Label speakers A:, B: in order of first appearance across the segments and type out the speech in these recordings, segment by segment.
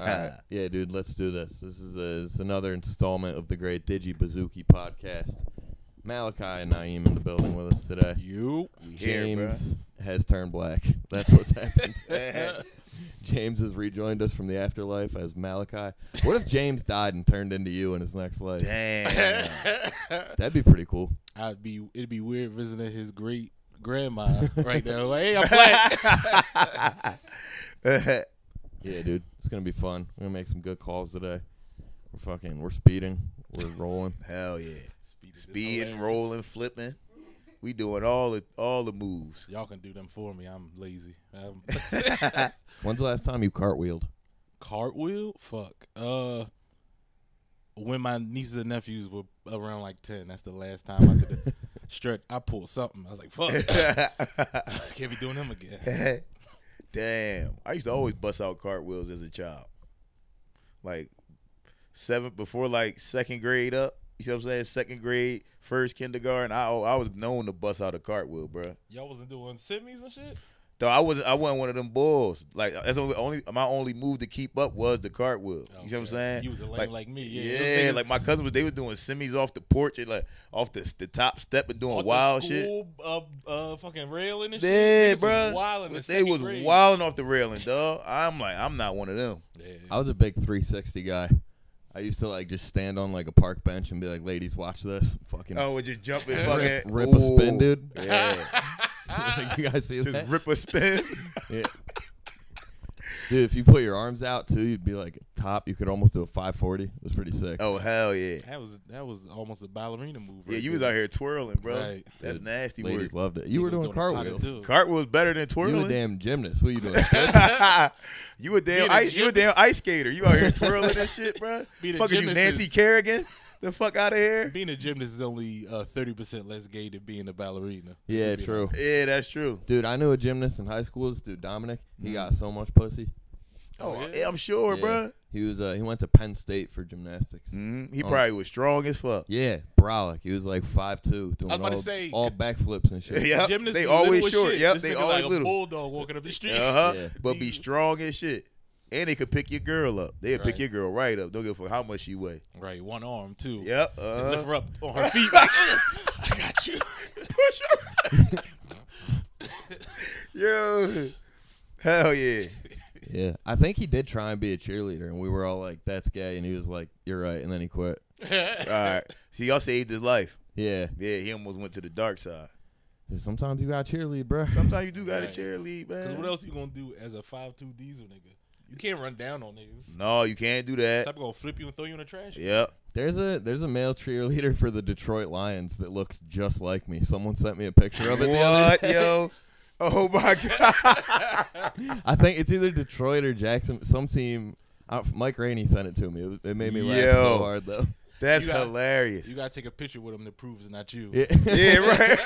A: All right. Yeah, dude, let's do this. This is, a, this is another installment of the Great Digi Bazooki podcast. Malachi and Naeem in the building with us today.
B: You.
A: We James has turned black. That's what's happened. James has rejoined us from the afterlife as Malachi. What if James died and turned into you in his next life?
C: Damn.
A: That'd be pretty cool.
B: I'd be. It'd be weird visiting his great grandma right now. Like, hey, I'm black.
A: Yeah, dude, it's gonna be fun. We're gonna make some good calls today. We're fucking, we're speeding, we're rolling.
C: Hell yeah. Speeding, rolling, flipping. We doing all the all the moves.
B: Y'all can do them for me. I'm lazy. Um, I'm
A: When's the last time you cartwheeled?
B: cartwheel. Fuck. Uh, when my nieces and nephews were around like ten, that's the last time I did a stretch. I pulled something. I was like, fuck. Can't be doing them again.
C: Damn. I used to always bust out cartwheels as a child. Like seventh before like second grade up. You see what I'm saying? Second grade, first kindergarten. I I was known to bust out a cartwheel, bruh.
B: Y'all wasn't doing semis and shit.
C: Though I wasn't, I wasn't one of them bulls. Like that's the only my only move to keep up was the cartwheel. You see what I'm
B: Okay.
C: saying?
B: You was a lame
C: like,
B: like me. Yeah, those
C: Yeah,
B: niggas-
C: like my cousins, was- they were doing semis off the porch and like off the the top step and doing
B: Fucking
C: wild shit.
B: school, Uh, uh, fucking railing and shit.
C: Yeah,
B: Niggas
C: bro.
B: Was wilding in
C: They
B: second
C: was
B: grade.
C: wilding off the railing, dog. I'm like, I'm not one of them.
B: Yeah.
A: I was a big 360 guy. I used to like just stand on like a park bench and be like, "Ladies, watch this!" Fucking
C: Oh, would just jump and
A: rip,
C: fucking
A: rip a spin,
C: Ooh.
A: dude.
C: Yeah,
A: Like, you guys see that?
C: just rip a spin.
A: Yeah. Dude, if you put your arms out too, you'd be like top. You could almost do a 540. It was pretty sick.
C: oh hell yeah,
B: That was that was almost a ballerina move.
C: yeah.
B: right
C: You was
B: there.
C: out here twirling, bro.
B: Right.
C: That's nasty
A: Ladies
C: work.
A: loved it. You were
B: Niggas
A: doing
B: a pot
A: cartwheels.
B: of
A: You
B: do.
C: Cartwheel's better than
A: were a
C: twirling.
A: damn gymnast. What are you doing?
C: you a damn
B: Being a
C: ice, you a
B: gym-
C: damn ice skater. You out here twirling and shit, bro.
B: Being a
C: Fuck is you,
B: gymnast
C: Nancy
B: is-
C: Kerrigan? The fuck out of here.
B: Being a gymnast is only uh, thirty percent less gay than being a ballerina.
A: yeah,
B: You'd be
A: true.
B: like,
C: Yeah, that's true. Mm-hmm.
A: Dude, I knew a gymnast in high school. This dude Dominic, he got so much pussy.
C: Oh,
B: Oh, yeah?
C: yeah, I'm sure,
A: Yeah.
C: bro.
A: He was uh, he went to Penn State for gymnastics.
C: hmm He
A: Oh.
C: probably was strong as fuck.
A: Yeah, brolic. He was like five two, doing
B: I was about to
A: all,
B: say,
A: all
B: could-
A: backflips and shit.
C: Yep,
B: Gymnasts
C: they
B: be
C: always
B: little as
C: short.
B: shit.
C: Yep,
B: This
C: they
B: nigga
C: always
B: like
C: little.
B: A bulldog walking up the street.
C: Uh huh.
A: Yeah.
C: But be strong as shit. And they could pick your girl up. They'll pick
B: Right.
C: your girl right up. Don't give a fuck how much she weigh.
B: Right, one arm too.
C: Yep.
B: They Lift
C: Uh-huh.
B: her up on her feet. Like, I got you.
C: Push her. Yo. Hell yeah.
A: Yeah, I think he did try and be a cheerleader, and we were all like, "That's gay," and he was like, "You're right," and then he quit.
C: All right. See, y'all saved his life.
A: Yeah,
C: Yeah, he almost went to the dark side.
A: Dude, sometimes you got cheerlead, bro.
C: Sometimes you do got to
B: Right.
C: cheerlead,
B: Cause
C: man.
B: what else you gonna do as a five two diesel nigga? You can't run down on niggas.
C: No, you can't do that.
B: Type gonna flip you and throw you in the trash.
C: Yep.
A: There's a there's a male cheerleader for the Detroit Lions that looks just like me. Someone sent me a picture of it. the other
C: What,
A: day.
C: yo? Oh, my God.
A: I think it's either Detroit or Jackson. Some team. Uh, Mike Rainey sent it to me. It, was- it made me laugh so
C: Yo.
A: hard though.
C: That's
B: You got-
C: hilarious.
B: You gotta take a picture with him that proves it's not you.
A: Yeah.
C: yeah, right.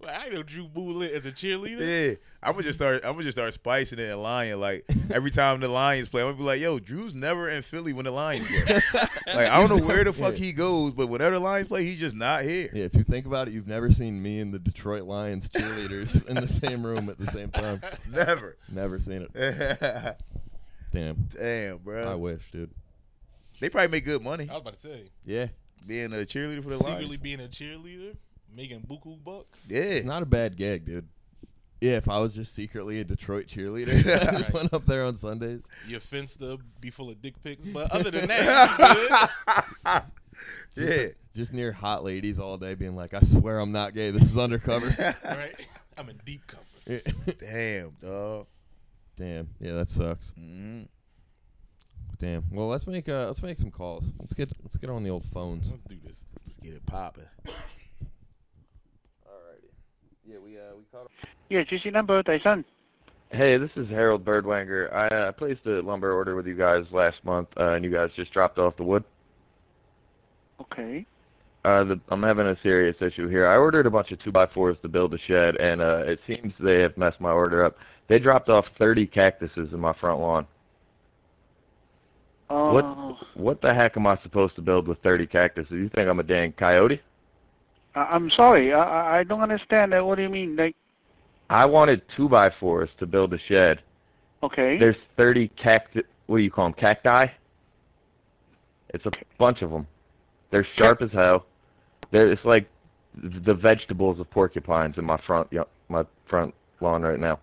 B: Well, I know Drew Bullet as a cheerleader.
C: Yeah, I'm gonna just start. I'm gonna just start spicing it and lying. Like every time the Lions play, I'm gonna be like, "Yo, Drew's never in Philly when the Lions play." like I don't know where the fuck he goes, but whenever the Lions play, he's just not here.
A: Yeah, if you think about it, you've never seen me and the Detroit Lions cheerleaders in the same room at the same time.
C: Never.
A: Never seen it. Damn.
C: Damn,
A: I
C: bro.
A: wish, dude.
C: They probably make good money
B: I was about to say
A: Yeah.
C: being a cheerleader for the
B: secretly
C: Lions.
B: being a cheerleader, making buku bucks.
C: Yeah,
A: It's not a bad gag, dude. Yeah, if I was just secretly a Detroit cheerleader, I just
B: Right.
A: went up there on Sundays.
B: Your fenster be full of dick pics, but other than that, you good.
C: yeah.
A: Just near hot ladies all day, being like, I swear I'm not gay. This is undercover.
B: All right, I'm in deep cover.
A: Yeah.
C: Damn, dog.
A: Damn. Yeah, that sucks.
C: Mm.
A: Damn. Well, let's make uh, let's make some calls. Let's get let's get on the old phones.
B: Let's do this.
C: Let's get it popping.
A: Alrighty. Yeah, we uh, we caught.
D: Yeah, GC number 第三。
E: Hey, this is Harold Birdwanger. I uh, placed a lumber order with you guys last month, uh, and you guys just dropped off the wood.
D: Okay.
E: Uh, the, I'm having a serious issue here. I ordered a bunch of two by fours to build a shed, and uh, it seems they have messed my order up. They dropped off 30 cactuses in my front lawn.
D: Oh,
E: What what the heck am I supposed to build with 30 cactuses? You think I'm a dang coyote?
D: I, I'm sorry. I- I I don't understand. That. What do you mean? Like,
E: I wanted two by fours to build a shed.
D: okay.
E: There's 30 cactus what do you call them? Cacti. It's a bunch of them. They're sharp as hell. They're it's like the vegetables of porcupines in my front yeah, my front lawn right now.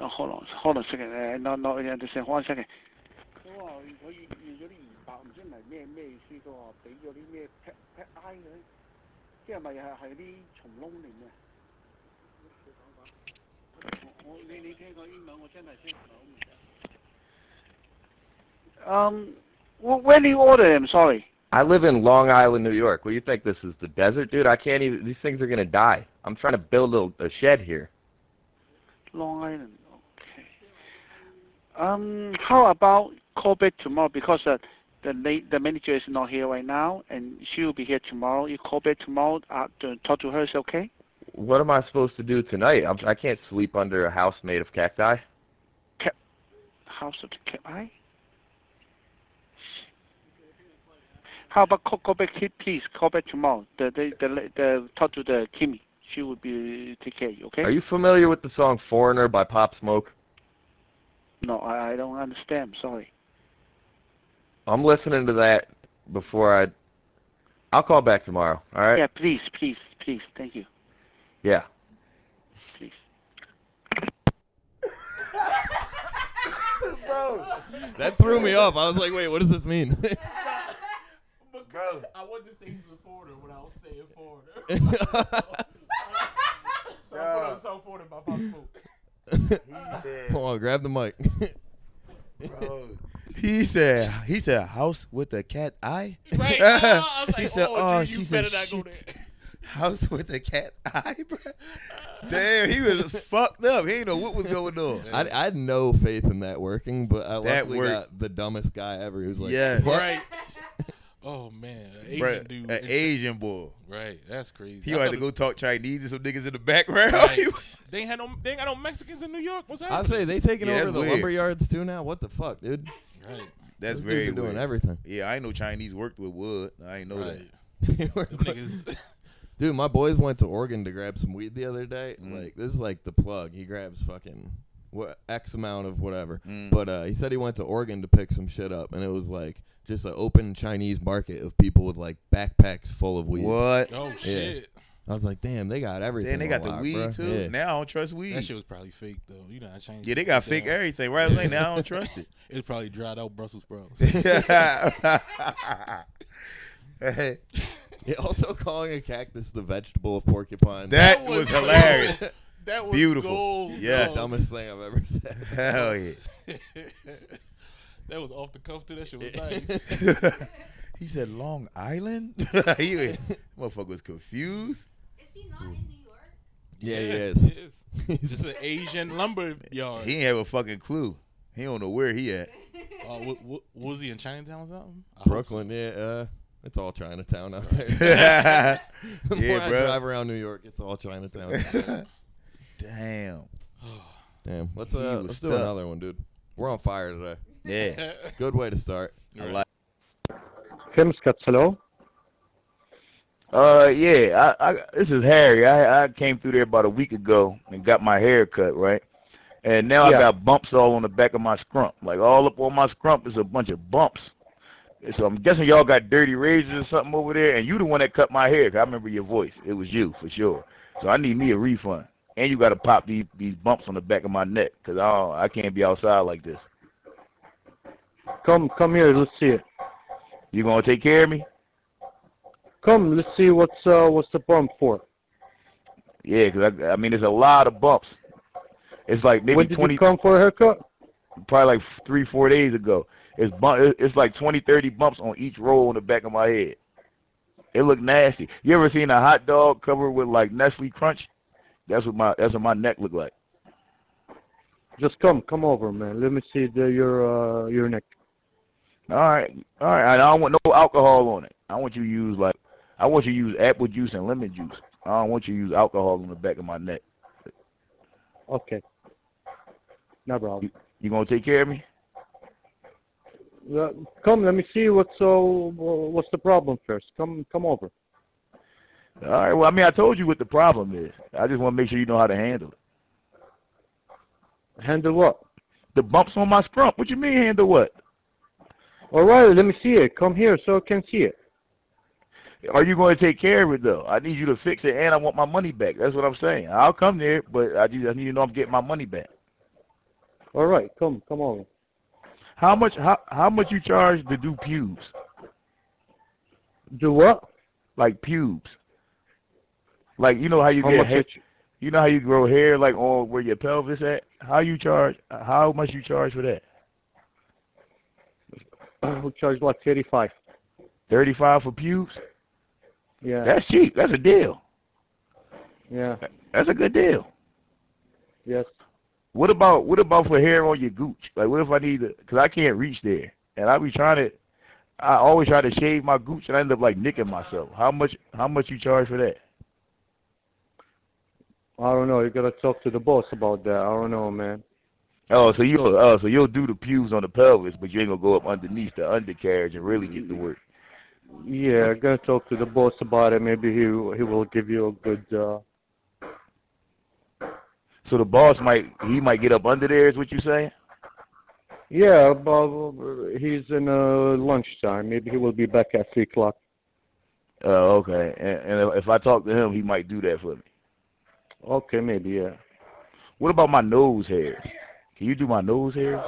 D: Oh, hold on, hold on a second. Uh, no, no, yeah, just hold on a second.
F: 咁啊，佢越越咗啲二百，唔知唔係咩咩意思，佢話俾咗啲咩 pet pet eye 佢，即係咪係係啲蟲窿嚟嘅？我我你你聽過英文，我真係聽唔到。
D: Um, wh- where do you order them? Sorry.
E: I live in Long Island, New York. What do you think this is the desert, dude? I can't even. These things are gonna die. I'm trying to build a, a shed here.
D: Long Island. Okay. Um, how about Kobe tomorrow? Because uh, the late, the manager is not here right now, and she will be here tomorrow. You call back tomorrow uh, to talk to her. Is okay?
E: What am I supposed to do tonight? I'm, I can't sleep under a house made of cacti.
D: House of the Cat Eye. How about call, call back, Ki- please? Call back tomorrow. The the the, la- the talk to the Kimmy. She will be take care. Of you, okay?
E: Are you familiar with the song "Foreigner" by Pop Smoke?
D: No, I, I don't understand. Sorry.
E: I'm listening to that before I. I'll call back tomorrow. All right.
D: Yeah, please, please, please. Thank you.
E: yeah.
D: Please.
A: That threw me off. I was like, wait, what does this mean?
C: Bro,
G: I wanted to say he was a foreigner when I was saying foreigner. so
C: Yeah.
G: I put on so foreigner by Pop Smoke.
C: he said,
A: Hold on, grab the mic.
C: bro. He said, he said, house with a cat eye?
G: Right.
B: Uh,
G: No, I was like,
C: He said,
G: oh,
C: "Oh,
G: gee,
C: she
G: you
C: said
G: better not go
C: shit."
G: there.
C: House with a cat eye, bro. Damn, he was fucked up. He ain't know what was going on.
A: I, I had no faith in that working, but I luckily
C: worked.
A: got the dumbest guy ever who's like,
C: Yes.
B: Right. Oh man, an Asian
C: Bro,
B: dude.
C: an Asian boy.
B: right, that's crazy.
C: He
B: I
C: had
B: thought
C: to
B: it-
C: go talk Chinese and some niggas in the background.
B: Right. they ain't had no, they ain't got no Mexicans in New York. What's
A: I
B: happening?
A: say they taking
C: Yeah,
A: over
C: that's
A: the
C: weird.
A: lumber yards too now. What the fuck, dude?
B: right,
C: That's
A: Those dudes
C: very
A: are doing
C: weird.
A: everything.
C: Yeah, I ain't know Chinese worked with wood. I ain't know
B: right. Them niggas,
A: Dude, my boys went to Oregon to grab some weed the other day.
C: Mm.
A: Like this is like the plug. He grabs fucking what X amount of whatever.
C: Mm.
A: But uh, he said he went to Oregon to pick some shit up, and it was like just an open Chinese market of people with like backpacks full of
C: that.
A: weed.
C: What?
B: oh shit,
A: I was like, damn, they got everything.
C: Then they
A: on
C: got the
A: lock,
C: weed
A: bruh.
C: too.
A: Yeah.
C: Now I don't trust weed.
B: that shit was probably fake though. You know, I changed.
C: yeah, they got fake everything. Right away, now I don't trust it.
B: It's probably dried out Brussels sprouts.
A: Yeah, also calling a cactus the vegetable of porcupine.
C: that was hilarious.
B: That was
C: Beautiful.
B: Gold,
C: Yes.
B: dog.
A: dumbest thing I've ever said.
C: Hell yeah.
B: that was off the cuff too. That shit was nice.
C: he said Long Island. he was, motherfucker was confused.
H: Is he not in New York?
A: Yeah, he
B: Yes.
A: is.
B: This is an Asian lumber yard.
C: He ain't have a fucking clue. He don't know where he at.
B: Uh, wa- wa- was he in Chinatown or something? I hope
A: Brooklyn, yeah, uh, it's all Chinatown out there. the more
C: Yeah,
A: I
C: bruh.
A: drive around New York, it's all Chinatown.
C: Damn.
A: Damn, let's
C: He
A: uh,
C: was
A: let's do
C: stuck.
A: another one, dude. We're on fire today.
C: Yeah.
B: so.
A: Good way to start.
C: I like
I: hello.
E: Uh, yeah. I, I this is Harry. I I came through there about a week ago and got my hair cut right, and now
I: Yeah.
E: I got bumps all on the back of my scrump. Like all up on my scrump is a bunch of bumps. So I'm guessing y'all got dirty razors or something over there, and you the one that cut my hair. 'cause I remember your voice. It was you for sure. So I need me a refund, and you got to pop these these bumps on the back of my neck, cause I don't, I can't be outside like this.
I: Come, come here. Let's see it.
E: You gonna take care of me?
I: Come, let's see what's uh, what's the bump for.
E: Yeah, 'cause I, I mean, there's a lot of bumps. It's like maybe
I: when did
E: 20,
I: you come for a haircut?
E: probably like three, four days ago. It's bu- it's like twenty, thirty bumps on each roll on the back of my head. It looked nasty. You ever seen a hot dog covered with like Nestle Crunch? That's what my that's what my neck looked like.
I: Just come, come over, man. Let me see the, your uh, your neck.
E: All right, all right. I don't want no alcohol on it. I want you to use like I want you to use apple juice and lemon juice. I don't want you to use alcohol on the back of my neck.
I: Okay. No problem.
E: You gonna take care of me?
I: Uh, come, let me see what's uh, what's the problem first. Come, come over.
E: All right. Well, I mean, I told you what the problem is. I just want to make sure you know how to handle it.
I: Handle what?
E: The bumps on my scrump. What you mean handle what?
I: All right, let me see it. Come here so I can see it.
E: Are you going to take care of it though? I need you to fix it, and I want my money back. That's what I'm saying. I'll come there, but I just I need to know I'm getting my money back.
I: All right, come, come over.
E: How much? How how much you charge to do pubes?
I: Do what?
E: Like pubes? Like you know how you
I: How
E: get
I: much
E: hair,
I: it-
E: you know how you grow hair like on where your pelvis at? How you charge? How much you charge for that?
I: we charge like thirty-five.
E: Thirty five for pubes?
I: Yeah,
E: That's cheap. That's a deal.
I: yeah,
E: That's a good deal.
I: yes.
E: What about what about for hair on your gooch? Like, what if I need to? Cause I can't reach there, and I be trying to. I always try to shave my gooch, and I end up like nicking myself. How much? How much you charge for that?
I: I don't know. You gotta talk to the boss about that. I don't know, man.
E: Oh, so you oh, so you'll do the pews on the pelvis, but you ain't gonna go up underneath the undercarriage and really get to work.
I: Yeah, I'm gonna talk to the boss about it. Maybe he he will give you a good. Uh,
E: So the boss might he might get up under there. Is what you saying?
I: yeah, but he's in uh, lunchtime. Maybe he will be back at three o'clock.
E: Oh, okay. And, and if I talk to him, he might do that for me.
I: Okay, maybe yeah.
E: What about my nose hair? Can you do my nose hair?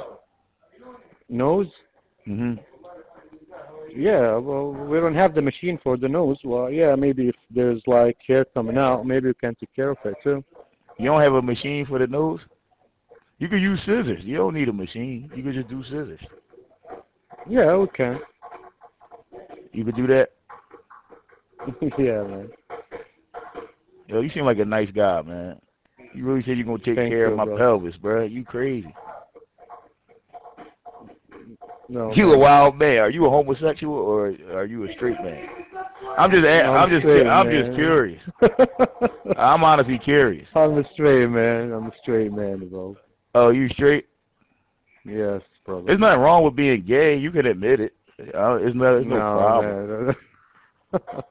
I: Nose?
E: hmm
I: Yeah. Well, we don't have the machine for the nose. Well, yeah, maybe if there's like hair coming out, maybe you can take care of it too.
E: You don't have a machine for the nose? You could use scissors. You don't need a machine. You could just do scissors.
I: Yeah, we can.
E: You could do that.
I: yeah, man.
E: Yo, you seem like a nice guy, man. You really said you're gonna take
I: Thank
E: care
I: you,
E: of my
I: bro.
E: pelvis, bro. You crazy.
J: Oh,
I: No.
E: You a
I: man.
E: wild man. Are you a homosexual or are you a straight man? I'm just a-
I: No,
E: I'm just
I: straight,
E: I'm
I: man.
E: just curious. I'm honestly curious.
I: I'm a straight man. I'm a straight man, bro.
E: Oh, you straight?
I: Yes, brother.
E: There's nothing wrong with being gay. You can admit it. Uh, It's no, it's no, problem.
I: problem.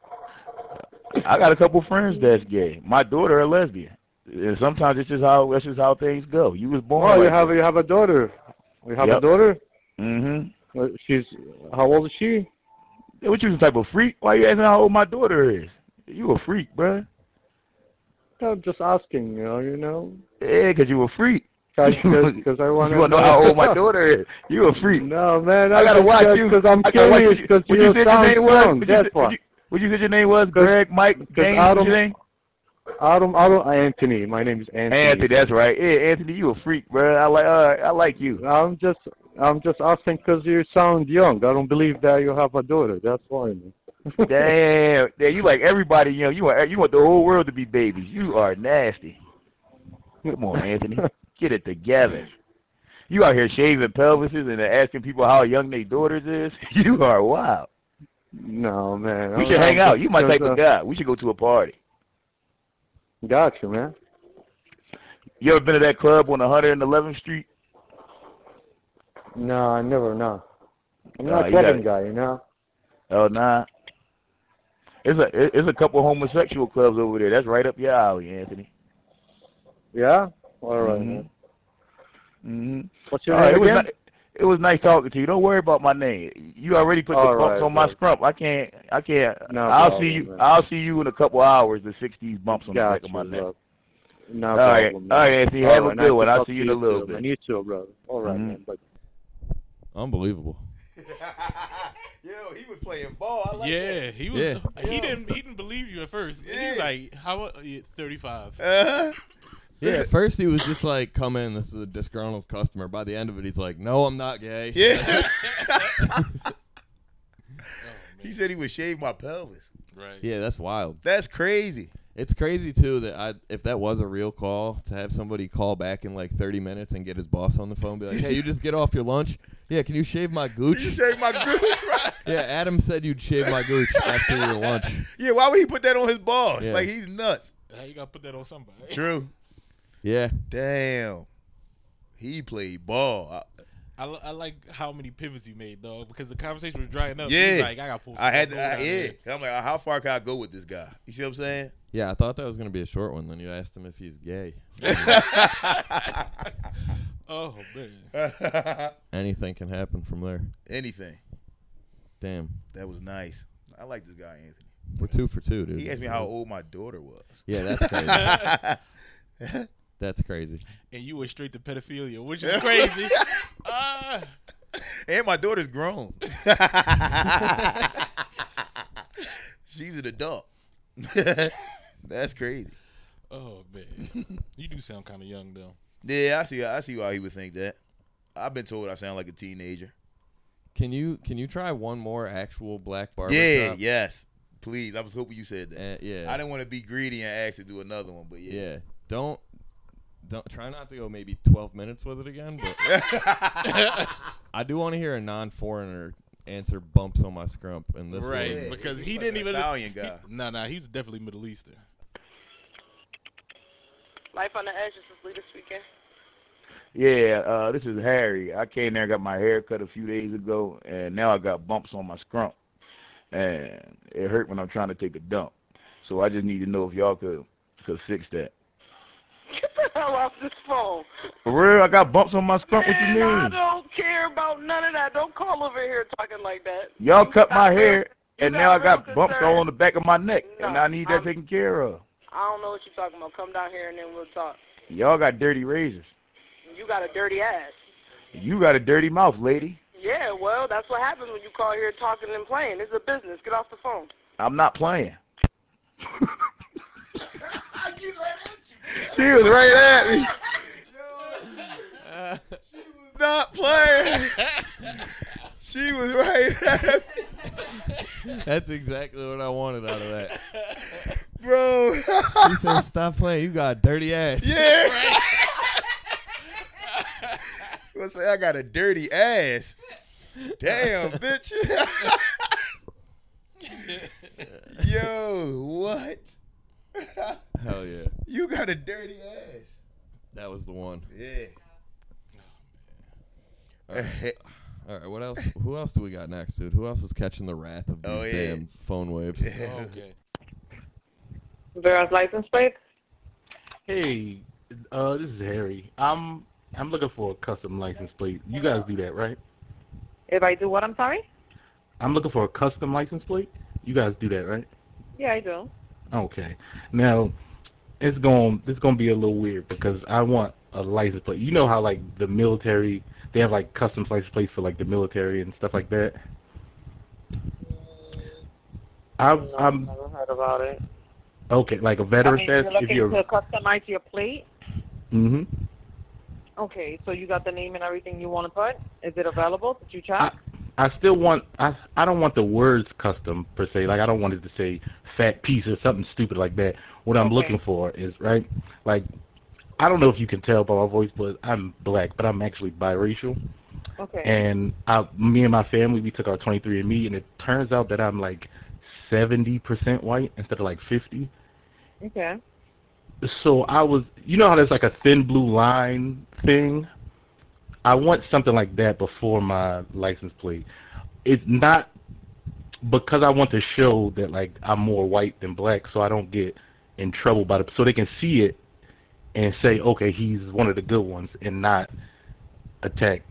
E: I got a couple friends that's gay. My daughter a lesbian. And sometimes it's just how that's just how things go. You was born.
I: oh, you
E: like
I: have you have a daughter. You have
E: Yep.
I: a daughter.
E: Mm-hmm.
I: Uh, She's how old is she?
E: What you the type of freak? Why you asking how old my daughter is? You a freak, bruh.
I: I'm just asking. You know, you know.
E: Yeah, 'cause you a freak.
I: Because I want
E: you wanna know how old my daughter is? You a freak.
I: No, man.
E: I gotta watch you.
I: because I'm
E: I gotta watch
I: curious
E: you.
I: because
E: What you said your
I: sound
E: name
I: young,
E: was? What you
I: That's
E: said-
I: why.
E: what you- What you said your name was?
I: 'Cause-
E: Greg, Mike,
I: because
E: James,
I: I
E: what's your
I: don't-
E: name?
I: I don't. I don't. Anthony. My name is Anthony.
E: Anthony, that's right. Yeah, Anthony, you a freak, bruh. I like, uh, I like you.
I: I'm just. I'm just asking because you sound young. I don't believe that you have a daughter. That's why. Man.
E: Damn, yeah, you like everybody young. You want, you want the whole world to be babies. You are nasty. Come on, Anthony, get it together. You out here shaving pelvises and asking people how young their daughters is. You are wild.
I: No, man.
E: We should hang out. You my type of guy. We should go to a party.
I: Gotcha, man.
E: You ever been to that club on 111th Street?
I: No, I never know. I'm
E: Nah,
I: not a
E: you
I: clubbing
E: gotta-
I: guy, you know.
E: Oh nah. It's a it- it's a couple homosexual clubs over there. That's right up your alley, Anthony.
I: Yeah. All right,
E: Mhm.
I: man.
E: Mm-hmm.
I: What's
E: All
I: your
E: right, it
I: name
E: was
I: again?
E: ni- it was nice talking to you. Don't worry about my name. You already put the
I: All
E: bumps
I: right,
E: on my
I: bro.
E: scrump. I can't. I can't.
I: No
E: I'll
I: problem,
E: see you.
I: man.
E: I'll see you in a couple hours to fix these bumps on the
I: Gotcha,
E: back of my neck.
I: bro. No
E: All right,
I: problem.
E: all
I: man.
E: right, Anthony.
I: All
E: Have a
I: right,
E: good
I: Oh, nice
E: one.
I: to
E: I'll
I: talk
E: see
I: to
E: you in a little
I: too,
E: bit.
I: Man. You too, brother. All right,
E: Mhm.
I: man. Bye.
A: Unbelievable.
C: Yo, he was playing ball. Oh, I like
B: yeah, he was.
A: Yeah.
B: He didn't. He didn't believe you at first. He was
C: Yeah.
B: like, "How? mu- Yeah, Thirty-five.
C: that. Uh,
A: Yeah, at first he was just like, "Come in, this is a disgruntled customer." By the end of it, he's like, "No, I'm not gay."
C: yeah.
B: Oh,
C: he said he would shave my pelvis.
B: Right.
A: Yeah, that's wild.
C: That's crazy.
A: It's crazy too that I, if that was a real call, to have somebody call back in like 30 minutes and get his boss on the phone, be like, "Hey, you just get off your lunch. Yeah, can you shave my
C: You
A: gooch?
C: shaved my gooch, right?
A: Yeah, Adam said you'd shave my gooch after your lunch.
C: Yeah, why would he put that on his boss?
A: Yeah.
C: Like he's nuts.
B: How you gotta put that on somebody?
C: True.
A: Yeah,
C: Damn. He played ball. I,
B: I, li- I like how many pivots you made though, because the conversation was drying up.
C: Yeah.
B: He was like I got pulled.
C: I had to, I, yeah. I'm like, how far can I go with this guy? You see what I'm saying?
A: yeah. I thought that was gonna be a short one. Then you asked him if he's gay.
B: Oh man.
A: Anything can happen from there.
C: Anything.
A: Damn.
C: That was nice. I like this guy, Anthony.
A: We're two for two, dude.
C: He asked me how old my daughter was.
A: Yeah, that's crazy. that's crazy.
B: And you went straight to pedophilia, which is crazy. uh,
C: and my daughter's grown. She's an adult. that's crazy.
B: oh man. You do sound kind of young though.
C: Yeah, I see. I see why he would think that. I've been told I sound like a teenager.
A: Can you can you try one more actual black barber?
C: Yeah,
A: shop?
C: yes. Please, I was hoping you said that.
A: Uh, yeah.
C: I didn't want to be greedy and ask to do another one, but yeah.
A: yeah. Don't don't try not to go maybe 12 minutes with it again, but I do want to hear a non-foreigner answer bumps on my scrump and this
B: Right.
A: one-
B: because
C: he's
B: he
C: like
B: didn't
C: an
B: even
C: Italian
B: he-
C: guy.
B: nah, nah, he's definitely Middle Eastern.
K: Life on the Edge is his latest weekend.
E: Yeah, uh, this is Harry. I came there and got my hair cut a few days ago, and now I got bumps on my scrump, and it hurt when I'm trying to take a dump. So I just need to know if y'all could could fix that.
K: Get the hell off this phone.
E: For real, I got bumps on my scrump. What you
K: Man, I
E: mean?
K: don't care about none of that. Don't call over here talking like that.
E: Y'all cut my
K: You
E: hair,
K: you
E: and now I
K: got
E: got
K: real
E: bumps
K: concern.
E: all on the back of my neck, and
K: No,
E: I need that
K: I'm-
E: taken care of.
K: I don't know what you're talking about. Come down here and then we'll talk.
E: Y'all got dirty razors.
K: You got a dirty ass.
E: You got a dirty mouth, lady.
K: Yeah, well, that's what happens when you call here talking and playing. It's a business. Get off the phone.
E: I'm not playing. she was right at me.
C: Not playing. she was right,
A: That's exactly what I wanted out of that.
C: bro.
A: He said, "Stop playing. You got a dirty ass."
C: yeah. I say I got a dirty ass. Damn, bitch. Yo, what?
A: Hell yeah.
C: You got a dirty ass.
A: That was the one.
C: Yeah. Oh,
A: All right. What else? Who else do we got next, dude? Who else is catching the wrath of these
C: Oh, yeah.
A: damn phone waves?
B: Okay.
K: Vera's license plate?
L: Hey, uh, this is Harry. I'm I'm looking for a custom license plate. You guys do that, right?
K: If I do what, I'm sorry?
L: I'm looking for a custom license plate. You guys do that, right?
K: Yeah, I do.
L: Okay. Now, it's going to it's going to be a little weird because I want a license plate. You know how like the military, they have like custom license plates for like the military and stuff like that. Mm, I'm
E: Um,
L: I'm
K: never heard about it.
L: okay, like a veteran says if you're
K: customize your plate?
L: Mhm.
K: Okay, so you got the name and everything you want to put? Is it available? Did you check?
L: I, I still want I I don't want the words custom per se. Like I don't want it to say fat piece or something stupid like that. What I'm
K: Okay.
L: looking for is right like I don't know if you can tell by my voice, but I'm black, but I'm actually biracial.
K: okay.
L: And I, me and my family, we took our 23andMe, and it turns out that I'm like 70% white instead of like 50.
K: okay.
L: So I was, you know how there's like a thin blue line thing. I want something like that before my license plate. It's not because I want to show that like I'm more white than black, so I don't get in trouble by the so they can see it and say, okay, he's one of the good ones, and not attack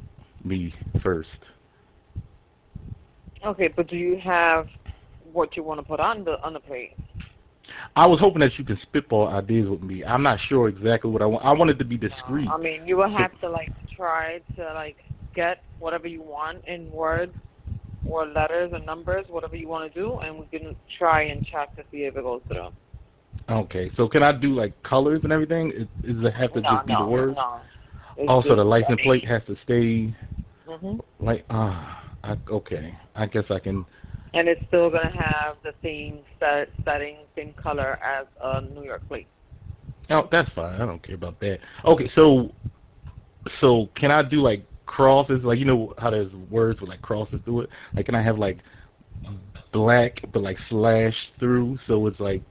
L: me first.
K: Okay, but do you have what you want to put on the on the plate?
L: I was hoping that you can spitball ideas with me. I'm not sure exactly what I want. I wanted to be discreet.
K: I mean, you will have to like try to like get whatever you want in words or letters or numbers, whatever you want to do, and we can try and check to see if it goes through.
L: Okay, so can I do like colors and everything? Is, is it have to
K: no,
L: just be
K: no,
L: the word?
K: no. It's
L: Also,
K: just-
L: the license plate has to stay
K: Mhm.
L: like ah. I, okay, I guess I can.
K: And it's still gonna have the same set, setting, same color as a New York plate.
L: Oh, that's fine. I don't care about that. Okay, so so can I do like crosses? Like you know how there's words with like crosses through it. Like can I have like black but like slash through? So it's like,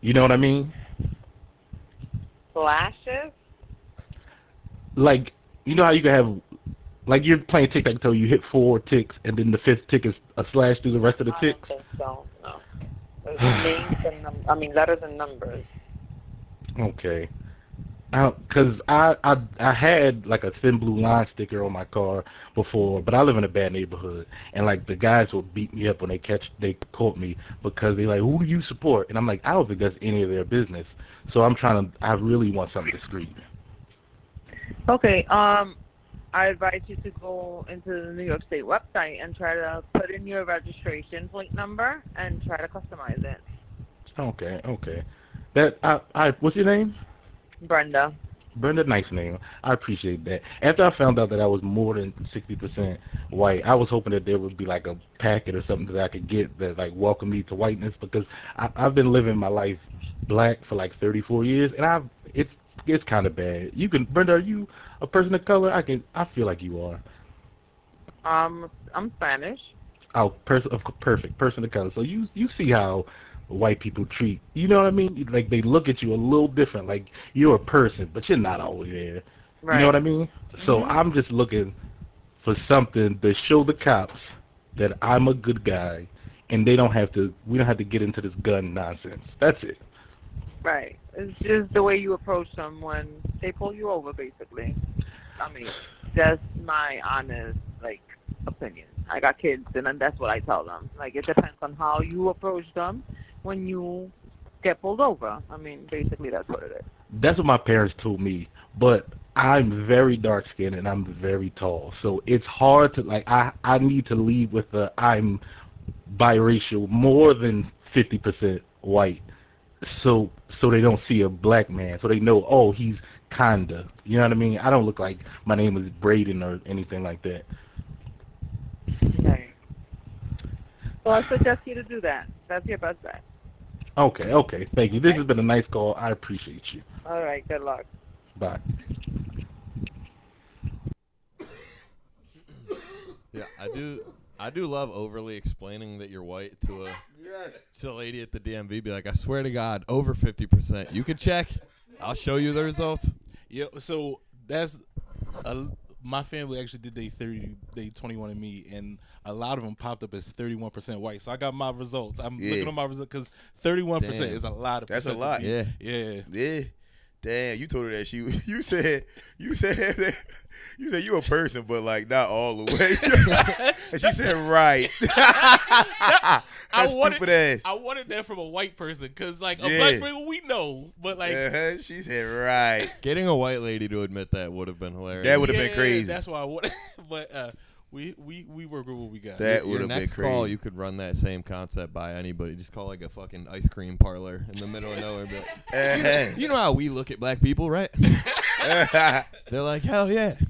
L: you know what I mean?
K: Flashes?
L: like you know how you can have like you're playing tic tac toe, you hit four ticks and then the fifth tick is a slash through the rest of the
K: I don't
L: ticks.
K: think so. No. It's names and num- I mean letters and numbers.
L: Okay. because I, I I had like a thin blue line sticker on my car before, but I live in a bad neighborhood, and like the guys would beat me up when they catch they caught me because they like who do you support, and I'm like I don't think that's any of their business. So I'm trying to I really want something discreet.
K: Okay. Um, I advise you to go into the New York State website and try to put in your registration plate number and try to customize it.
L: Okay, okay. That I I what's your name?
K: Brenda.
L: Brenda, nice name. I appreciate that. After I found out that I was more than sixty percent white, I was hoping that there would be like a packet or something that I could get that like welcomed me to whiteness because I, I've been living my life black for like thirty four years and I've it's it's kind of bad. You can Brenda, are you a person of color? I can I feel like you are.
K: Um, I'm Spanish.
L: Oh, person of perfect person of color. So you you see how white people treat you know what I mean? Like they look at you a little different. Like you're a person, but you're not always there. You
K: Right.
L: know what I mean? So
B: Mm-hmm.
K: Mhm.
L: I'm just looking for something to show the cops that I'm a good guy, and they don't have to. We don't have to get into this gun nonsense. That's it.
K: Right. It's just the way you approach them when they pull you over, basically. I mean, that's my honest like opinion. I got kids, and then that's what I tell them. Like it depends on how you approach them when you get pulled over. I mean, basically that's what it is.
L: That's what my parents told me. But I'm very dark skinned and I'm very tall, so it's hard to like. I I need to leave with the I'm biracial more than fifty percent white, so so they don't see a black man, so they know oh he's kinda. You know what I mean? I don't look like my name is Braden or anything like that.
K: Okay. Well, I suggest you to do that. That's your best bet.
L: Okay, okay, thank you. This has been a nice call. I appreciate you.
K: All right. Good luck.
L: Bye.
A: Yeah, I do. I do love overly explaining that you're white to a to a lady at the DMV. Be like, I swear to God, over fifty percent. You can check. I'll show you the results.
B: Yeah, so that's a, my family actually did they thirty, they twenty one and me, and a lot of them popped up as thirty one percent white. So I got my results. I'm
C: Yeah.
B: looking at my results because thirty one percent
C: Damn.
B: is a lot of.
C: That's a
B: percent
C: lot.
B: to be- yeah,
C: yeah. Damn, you told her that she. You said you said that, you said you a person, but like not all the way. and she said right.
B: I
C: Her
B: wanted,
C: stupid ass.
B: I wanted that from a white person because, like, a
C: Yeah.
B: black person we know, but like,
C: Uh-huh, she said right.
A: Getting a white lady to admit that would have been hilarious.
C: That would have
B: yeah,
C: been crazy.
B: That's why I wanted. But uh, we we we work with what we got.
C: That
A: Your-
C: would've
A: your
C: been
A: next call.
C: crazy.
A: You could run that same concept by anybody. Just call like a fucking ice cream parlor in the middle of nowhere. and be like, "You know-
C: Uh-huh.
A: you know how we look at black people, right? They're like, hell yeah.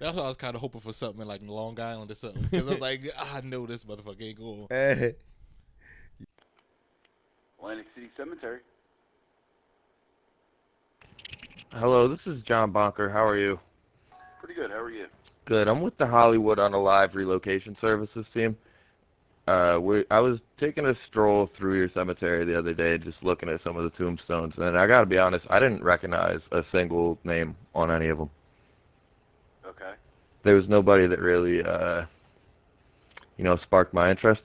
B: That's why I was kind of hoping for something like Long Island or something because I was like, "Ah, I know this motherfucker ain't going.
C: Uh,
F: Atlantic City Cemetery.
J: Hello, this is John Bonker. How are you?
F: Pretty good. How are you?
J: Good. I'm with the Hollywood on Alive Relocation Services team. Uh, we I was taking a stroll through your cemetery the other day, just looking at some of the tombstones, and I got to be honest, I didn't recognize a single name on any of them.
F: Okay.
J: There was nobody that really, uh, you know, sparked my interest.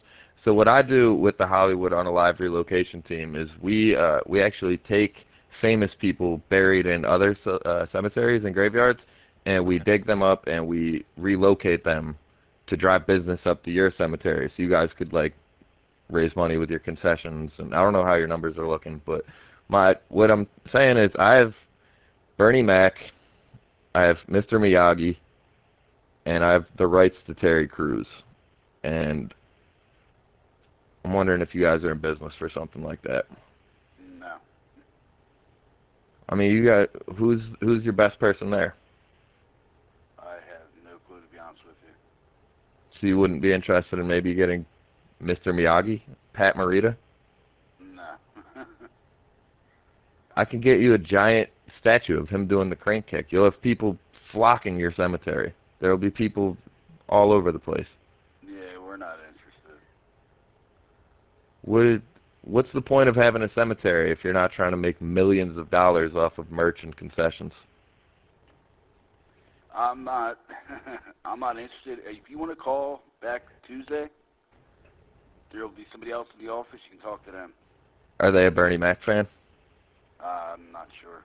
J: So what I do with the Hollywood on Alive Relocation team is we uh, we actually take famous people buried in other ce- uh, cemeteries and graveyards, and we dig them up and we relocate them to drive business up to your cemetery. So you guys could like raise money with your concessions. And I don't know how your numbers are looking, but my what I'm saying is I have Bernie Mac, I have Mr. Miyagi, and I have the rights to Terry Crews, and I'm wondering if you guys are in business for something like that.
F: No.
J: I mean, you got who's who's your best person there?
F: I have no clue, to be honest with you.
J: So you wouldn't be interested in maybe getting Mr. Miyagi, Pat Morita?
F: No.
J: I can get you a giant statue of him doing the crank kick. You'll have people flocking your cemetery. There'll be people all over the place.
F: yeah, we're not interested.
J: What what's the point of having a cemetery if you're not trying to make millions of dollars off of merch and concessions?
F: I'm not. I'm not interested. If you want to call back Tuesday, there will be somebody else in the office. You can talk to them.
J: Are they a Bernie Mac fan?
F: Uh, I'm not sure.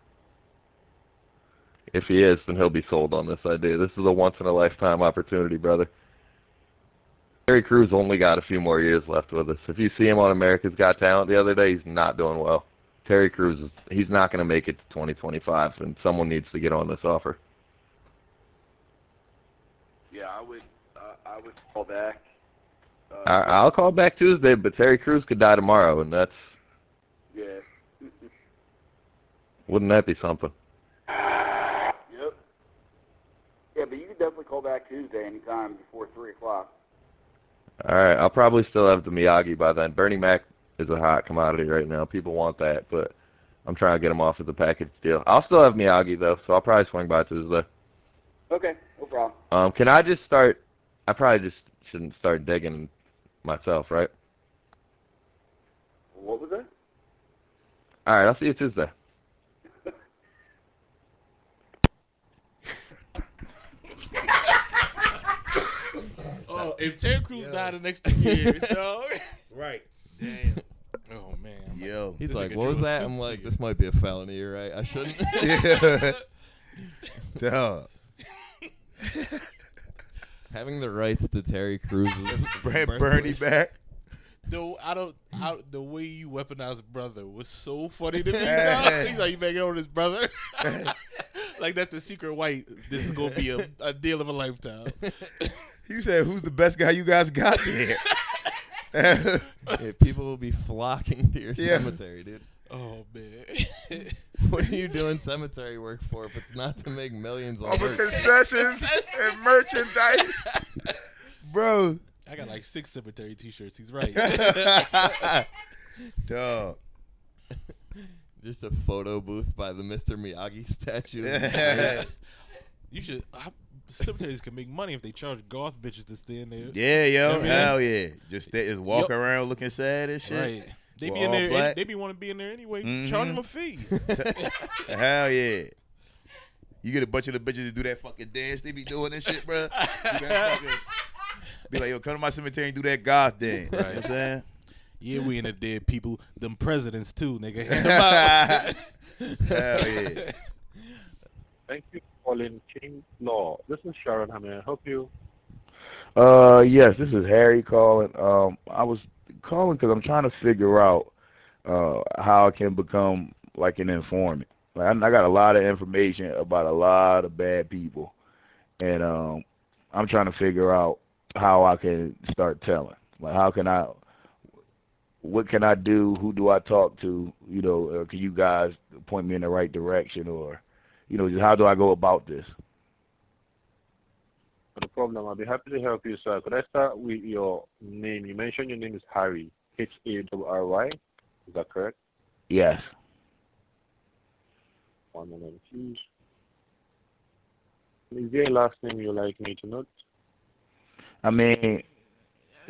J: If he is, then he'll be sold on this idea. This is a once in a lifetime opportunity, brother. Terry Crews only got a few more years left with us. If you see him on America's Got Talent the other day, he's not doing well. Terry Crews is he's not going to make it to 2025, and someone needs to get on this offer.
M: Yeah, I would. Uh, I would call back.
F: Uh,
J: I, I'll call back Tuesday, but Terry Crews could die tomorrow, and that's
M: Yeah.
J: wouldn't that be something?
M: Yep. Yeah, but you can definitely call back Tuesday anytime before three o'clock.
J: All right, I'll probably still have the Miyagi by then. Bernie Mac is a hot commodity right now. People want that, but I'm trying to get him off of the package deal. I'll still have Miyagi though, so I'll probably swing by Tuesday.
M: Okay, no problem.
J: Um, can I just start? I probably just shouldn't start digging myself, right?
M: What was that?
J: All right, I'll see you Tuesday.
B: Oh, if Terry Crews died the next two years, so
C: right. Damn.
B: Oh man.
C: Yo.
A: He's like, what was that? I'm like, this might be a felony. You're right. I shouldn't.
C: Duh.
A: Having the rights to Terry Crews.
B: Though I don't, I, the way you weaponized brother was so funny to me. dog. He's like, you better get on this brother. like that's the secret white. This is gonna be a, a deal of a lifetime.
C: You said who's the best guy you guys got there?
A: Yeah, people will be flocking to your
C: Yeah.
A: cemetery, dude.
B: Oh man.
A: what are you doing cemetery work for if it's not to make millions on
C: Over
A: earth?
C: Oh, concessions and merchandise. Bro.
B: I got like six cemetery T-shirts. He's right.
C: Dog.
A: Just a photo booth by the Mr. Miyagi statue.
B: you should. I, cemeteries can make money if they charge goth bitches to stand there.
C: Yeah,
B: You know
C: yo.
B: what I mean?
C: Hell yeah. Just, stay, just walk
B: Yup.
C: around looking sad and shit.
B: Right. They
C: We're
B: be in
C: all
B: there.
C: black.
B: They be want to be in there anyway.
C: Mhm.
B: Charge them a fee.
C: T- Hell yeah. You get a bunch of the bitches to do that fucking dance they be doing and shit, bro. Be like, yo, come to my cemetery and do that goth dance. You know what I'm saying?
B: Yeah, we in the dead people. Them presidents too, nigga. Hand 'em out.
C: Hell yeah.
N: Thank you for calling King Law. This is Sharon. How may I help you?
E: Uh, yes, this is Harry calling. Um, I was calling because I'm trying to figure out uh how I can become like an informant. Like I, I got a lot of information about a lot of bad people, and um, I'm trying to figure out how I can start telling. Like how can I? What can I do? Who do I talk to? You know, uh, can you guys point me in the right direction, or, you know, just how do I go about this?
N: No problem. I'll be happy to help you, sir. Could I start with your name? You mentioned your name is Harry. H A W R Y. Is that correct?
E: Yes.
N: One moment, please. Is there a last name you like me to note?
E: I mean,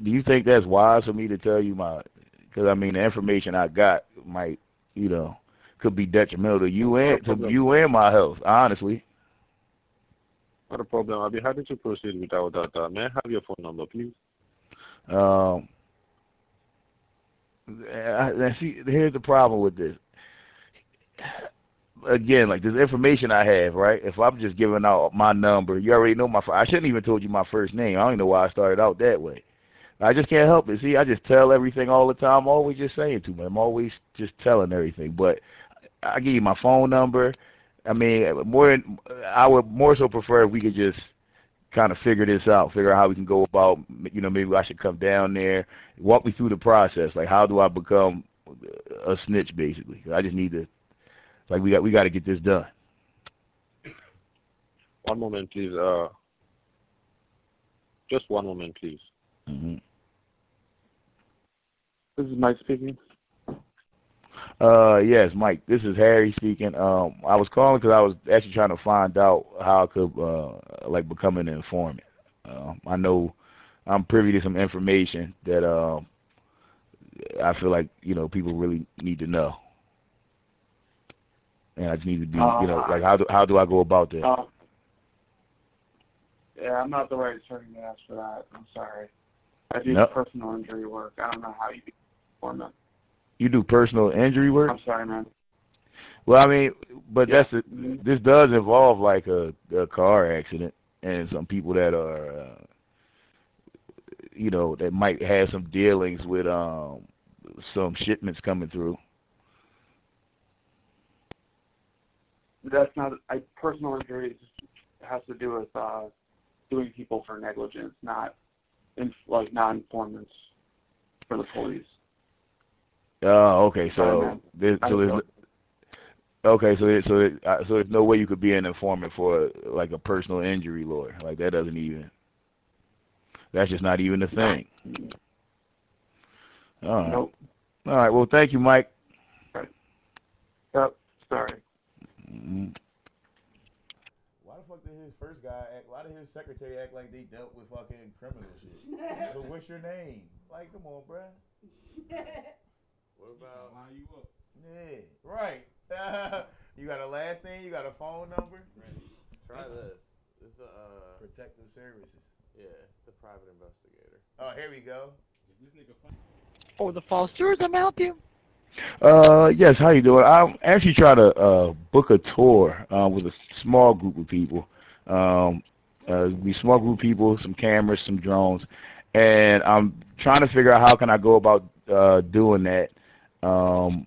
E: do you think that's wise for me to tell you my? Because I mean, the information I got might, you know, could be detrimental to you and to
N: problem.
E: you and my health. Honestly,
N: Not a problem. I'll be happy to proceed without that. Uh, may I have your phone number, please?
E: um, I, I see, here's the problem with this. Again, like this information I have, right? If I'm just giving out my number, you already know my. fir- I shouldn't even told you my first name. I don't even know why I started out that way. I just can't help it. See, I just tell everything all the time. I'm always just saying too much. I'm always just telling everything. But I give you my phone number. I mean, more. I would more so prefer if we could just kind of figure this out, figure out how we can go about. You know, maybe I should come down there, walk me through the process. Like, how do I become a snitch? Basically, I just need to. Like, we got we got to get this done.
N: One moment, please. Uh, just one moment, please.
E: hmm
N: This is Mike speaking.
E: Uh, yes, Mike. This is Harry speaking. Um, I was calling because I was actually trying to find out how I could uh like become an informant. Um, I know I'm privy to some information that um I feel like you know people really need to know, and I just need to be you know
O: Uh,
E: like how do how do I go about that?
O: Uh, yeah, I'm not the right attorney to ask for that. I'm sorry. I do
E: No.
O: personal injury work. I don't know how you can perform it.
E: you do personal injury work?
O: I'm sorry, man.
E: Well, I mean, but that's a, this does involve like a, a car accident and some people that are, uh, you know, that might have some dealings with um some shipments coming through.
O: That's not. I personal injury is just has to do with uh, doing people for negligence, not in, like non-informants for the police.
E: Oh, okay. So
O: Sorry,
E: there's
O: I
E: so there's
O: don't
E: okay. So there, so there, uh, so there's no way you could be an informant for like a personal injury lawyer. Like that doesn't even. That's just not even a thing. All right.
O: Nope.
E: All right. Well, thank you, Mike.
O: Yep. Sorry.
E: Mm.
C: Why the fuck did his first guy act? Why did his secretary act like they dealt with fucking criminal shit? but what's your name? Like, come on, bruh. What about? Line you up. Yeah. Right. you got a last name. You got a phone number.
A: Try this. It's a uh,
C: protective services.
A: Yeah, it's a private investigator.
C: Oh, here we go.
K: For the false tourism help you?
E: Uh, yes. How you doing? I'm actually trying to uh book a tour uh, with a small group of people. Um, uh, we small group of people, some cameras, some drones, and I'm trying to figure out how can I go about uh doing that. Um,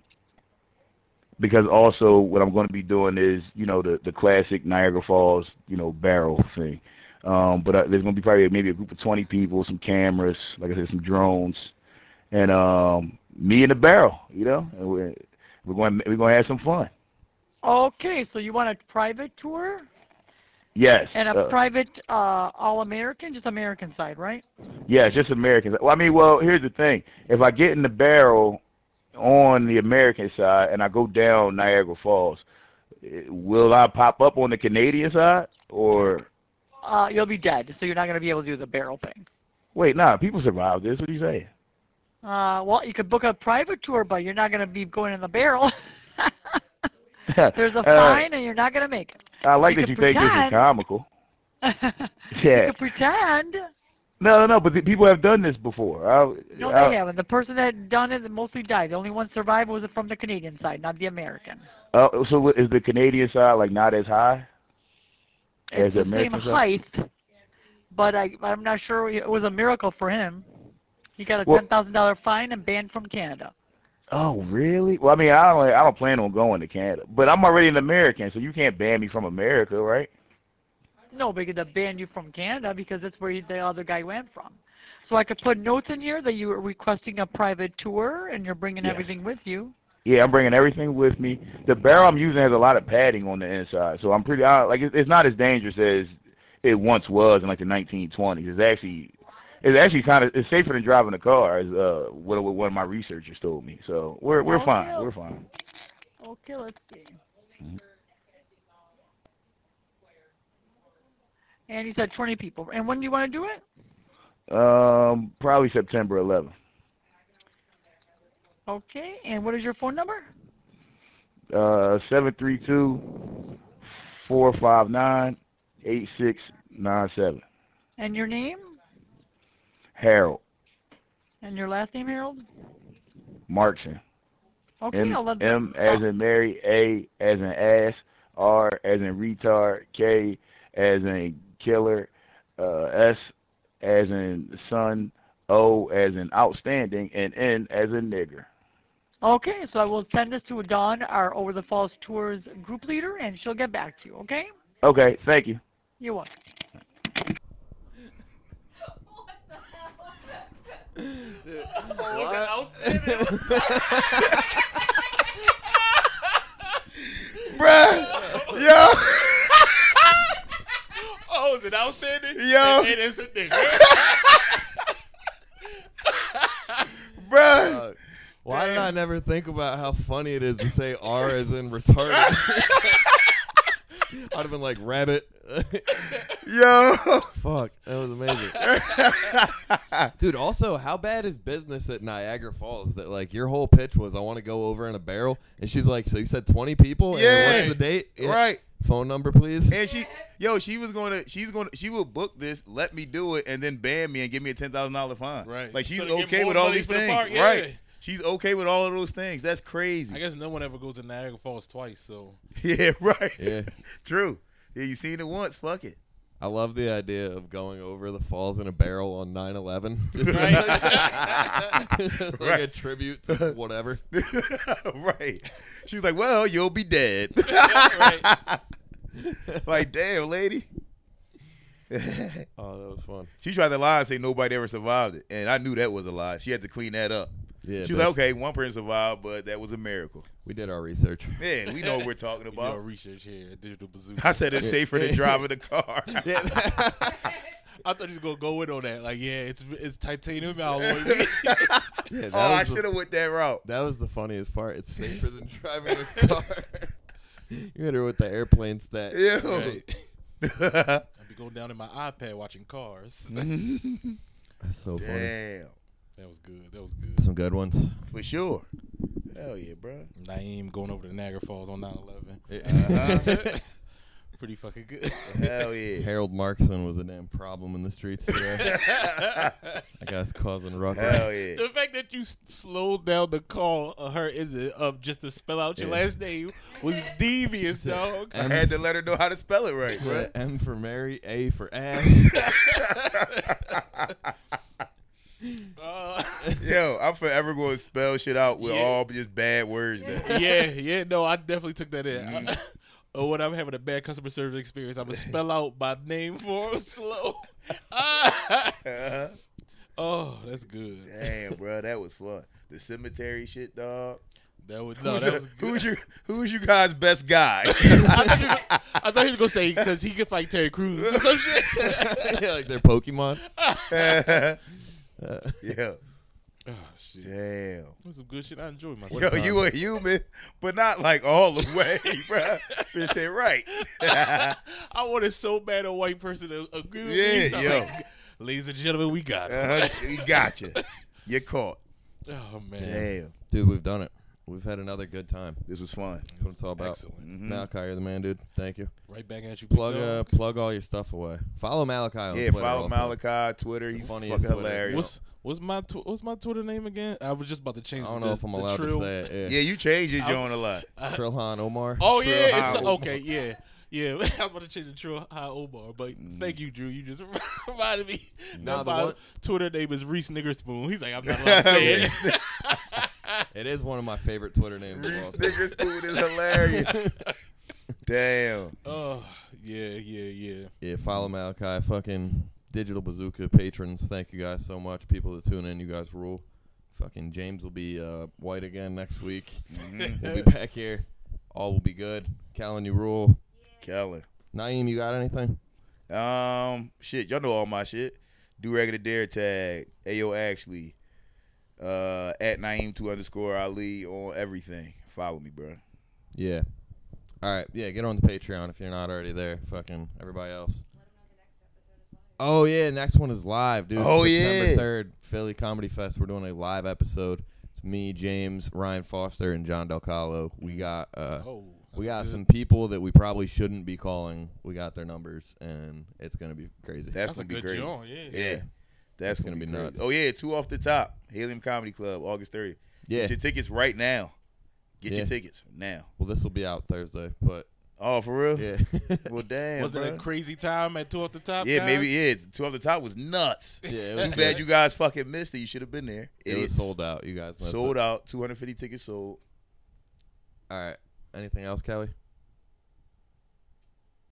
E: because also what I'm going to be doing is you know the the classic Niagara Falls you know barrel thing. Um, but uh, there's going to be probably maybe a group of 20 people, some cameras, like I said, some drones, and um me in the barrel, you know. And we're we're going we're going to have some fun.
P: Okay, so you want a private tour
E: Yes.
P: and a
E: uh,
P: private uh all American, just American side, right?
E: Yeah, it's just Americans. Well, I mean, well, here's the thing: if I get in the barrel on the American side and I go down Niagara Falls, eh, will I pop up on the Canadian side? Or
P: Uh you'll be dead, so you're not going to be able to do the barrel thing.
E: wait, nah, people survived this. What are you saying?
P: Uh well, you could book a private tour, but you're not going to be going in the barrel. There's a
E: Uh,
P: fine and you're not going to make it.
E: I like
P: You
E: that you
P: could
E: think this is
P: pretend.
E: comical.
P: You
E: Yeah.
P: could pretend.
E: No, no, no. But the people have done this before. I,
P: No,
E: I,
P: they haven't. The person that done it mostly died. The only one survived was from the Canadian side, not the American.
E: Uh, so what- is the Canadian side like not as high as
P: It's
E: the
P: the same
E: American side?
P: height, but I, I'm not sure. It was a miracle for him. He got a
E: Well-
P: ten thousand dollar fine and banned from Canada.
E: Oh, really? Well, I mean, I don't, I don't plan on going to Canada, but I'm already an American, so you can't ban me from America, right?
P: No, because they banned you from Canada because that's where the other guy went from. So I could put notes in here that you were requesting a private tour and you're bringing
E: Yes.
P: everything with you.
E: Yeah, I'm bringing everything with me. The barrel I'm using has a lot of padding on the inside, so I'm pretty I, like it, it's not as dangerous as it once was in like the 1920s. It's actually it's actually kind of it's safer than driving a car, as uh what what one of my researchers told me. So we're we're
P: Oh,
E: fine,
P: yeah.
E: we're fine.
P: Okay, let's see.
E: Mm-hmm.
P: And he said 20 people. And when do you want to do it?
E: Um, probably September 11th.
P: Okay. And what is your phone number?
E: Uh, seven three two four five nine eight six nine seven.
P: And your name?
E: Harold
P: And your last name, Harold?
E: Markson.
P: Okay,
E: M,
P: I'll let them-
E: M as in Mary, A as in ass, R as in retard, K as in killer, uh, S as in son, O as in outstanding, and N as in nigger.
P: Okay, so I will send this to Dawn, our Over the Falls Tours group leader, and she'll get back to you, okay?
E: Okay, thank you.
P: You're welcome.
C: Bruh. Yo.
B: oh, is it outstanding?
C: Yo.
B: It, it is a nigga.
C: Bruh.
A: Uh, why did I never think about how funny it is to say R as in retarded? I'd have been like rabbit.
C: Yo.
A: Fuck, that was amazing. Dude, also, how bad is business at Niagara Falls that like your whole pitch was I want to go over in a barrel and she's like, So you said twenty people? And
C: Yeah.
A: what's the date? Yeah.
C: Right.
A: Phone number please.
C: And she, yo, she was going to, she's going to, she will book this, let me do it, and then ban me and give me a ten thousand dollar fine. Right. Like she's
B: So they get
C: okay
B: more
C: with all
B: money
C: these
B: for the
C: things.
B: park, yeah.
C: Right. She's okay with all of those things. That's crazy.
B: I guess no one ever goes to Niagara Falls twice, so
C: Yeah, right.
A: Yeah.
C: True. Yeah, you seen it once. Fuck it.
A: I love the idea of going over the falls in a barrel on 9 11. Just like, like a
C: Right.
A: tribute to whatever.
C: right. She was like, "Well, you'll be dead." like, damn, lady.
A: Oh, that was fun.
C: She tried to lie and say nobody ever survived it, and I knew that was a lie. She had to clean that up.
A: Yeah,
C: she was like,
A: bitch.
C: "Okay, one person survived, but that was a miracle."
A: We did our research.
C: Man, we know what we're talking
B: We do
C: about.
B: our research here at Digital Bazooka.
C: I said it's safer than driving a car.
B: I thought you was gonna go in on that. Like, yeah, it's it's titanium alloy.
A: Yeah, that
C: oh, I
A: was the-
C: should have went that route.
A: That was the funniest part. It's safer than driving a car. you hit her with the airplane stat.
C: Ew.
B: I'd be going down in my iPad watching cars.
A: That's so funny.
C: Damn,
B: That was good. That was good.
A: Some good ones.
C: for sure. Hell yeah, bro.
B: Naeem going over to Niagara Falls on 9/11. Uh-huh.
A: Yeah.
B: Pretty fucking good.
C: Hell yeah.
A: Harold Markson was a damn problem in the streets today. that guy's causing ruckus.
C: Hell yeah.
B: The fact that you s- slowed down the call of her in the, of just to spell out your
A: Yeah.
B: last name was devious, dog.
C: I had to let her know how to spell it right, bro.
A: Yeah, M for Mary, A for ass.
B: Uh,
C: Yo, I'm forever going to spell shit out with all just bad words. now.
B: yeah, yeah, no, I definitely took that in.
C: Mm-hmm.
B: oh, when I'm having a bad customer service experience, I'm gonna spell out my name for 'em slow. Ah. oh, that's good.
C: Uh-huh. Damn, bro, that was fun. The cemetery shit, dog.
B: That was no,
C: Who's,
B: that
C: your-
B: was good.
C: who's your who's you guys best guy?
B: I thought, you were, I thought he was gonna say because he could fight Terry Crews or some shit.
A: yeah, like their Pokemon.
C: yeah.
A: Uh,
B: oh shit, that
C: Damn.
B: was some good shit. I enjoyed myself.
C: Yo, you a human, but not like all the way, bro. Bitch said right.
B: I wanted so bad a white person to agree with me.
C: Yeah,
B: I'm
C: yo.
B: like, Ladies and gentlemen, we got it.
C: Uh, we got you. You're caught.
B: Oh man,
C: Damn.
A: Dude, we've done it. We've had another good time.
C: This was fun. Mm-hmm.
A: That's what it's all about.
B: Excellent.
A: Malachi, you're the man, dude. Thank you.
B: right back at you. big
A: Plug uh,
B: dog.
A: plug all your stuff away. Follow Malachi on
C: Yeah,
A: Twitter
C: follow
A: also.
C: Malachi Twitter. He's
A: funniest
C: fucking
A: Twitter
C: hilarious.
A: account.
B: What's what's my tw- what's my Twitter name again? I was just about to change.
A: I don't
B: the,
A: know if I'm
B: the
A: allowed
B: trill.
A: to say it.
C: Yeah,
A: Yeah.
C: you changed your joint a lot.
A: Trilhan Omar.
B: Oh
C: Trill
B: yeah,
C: High
B: it's,
C: Omar.
B: okay, yeah, yeah. I was about to change the Trill High Omar, but
C: Mm.
B: thank you, Drew. You just reminded me. Now
A: Nah, the
B: my
A: one-
B: Twitter name is Reese Niggerspoon. He's like, I'm not allowed to say it.
A: It is one of my favorite Twitter names. of all time.
C: Snickers food is hilarious. Damn.
B: Oh yeah, yeah, yeah.
A: Yeah, follow Malachi. Fucking Digital Bazooka patrons. Thank you guys so much. People that tune in, you guys rule. Fucking James will be uh, white again next week.
C: Mm-hmm.
A: we'll be back here. All will be good. Callan, you rule.
C: Kellen.
A: Naeem, you got anything?
C: Um, shit, y'all know all my shit. Do regular dare tag. Ayo, actually. Uh, at Naeem two underscore Ali on everything. Follow me, bro.
A: Yeah. All right. Yeah, get on the Patreon if you're not already there. Fucking everybody else. Oh yeah, next one is live, dude.
C: Oh,
A: September
C: yeah.
A: third, Philly Comedy Fest. We're doing a live episode. It's me, James, Ryan Foster, and John Del Calo. We got uh,
B: Oh,
A: we got
B: good.
A: some people that we probably shouldn't be calling. We got their numbers, and it's gonna be crazy.
B: That's
C: That's, gonna
B: a
C: be
B: good
C: crazy.
B: joint, yeah.
C: yeah. That's
A: gonna be
C: crazy.
A: nuts.
C: Oh yeah, two off the top. Helium Comedy Club, August 30th.
A: Yeah.
C: Get your tickets right now. Get
A: Yeah.
C: your tickets now.
A: Well, this will be out Thursday, but
C: Oh, for real?
A: yeah,
C: Well, damn.
B: Wasn't
C: bruh.
B: it a crazy time at two off the top?
C: Yeah,
B: guys?
C: maybe yeah. Two off the top was nuts.
A: yeah. It was,
C: Too bad you guys fucking missed it. You should have been there.
A: it was
C: Idiots.
A: sold out. You guys messed
C: Sold
A: up.
C: out. 250 tickets sold.
A: All right. Anything else, Kelly?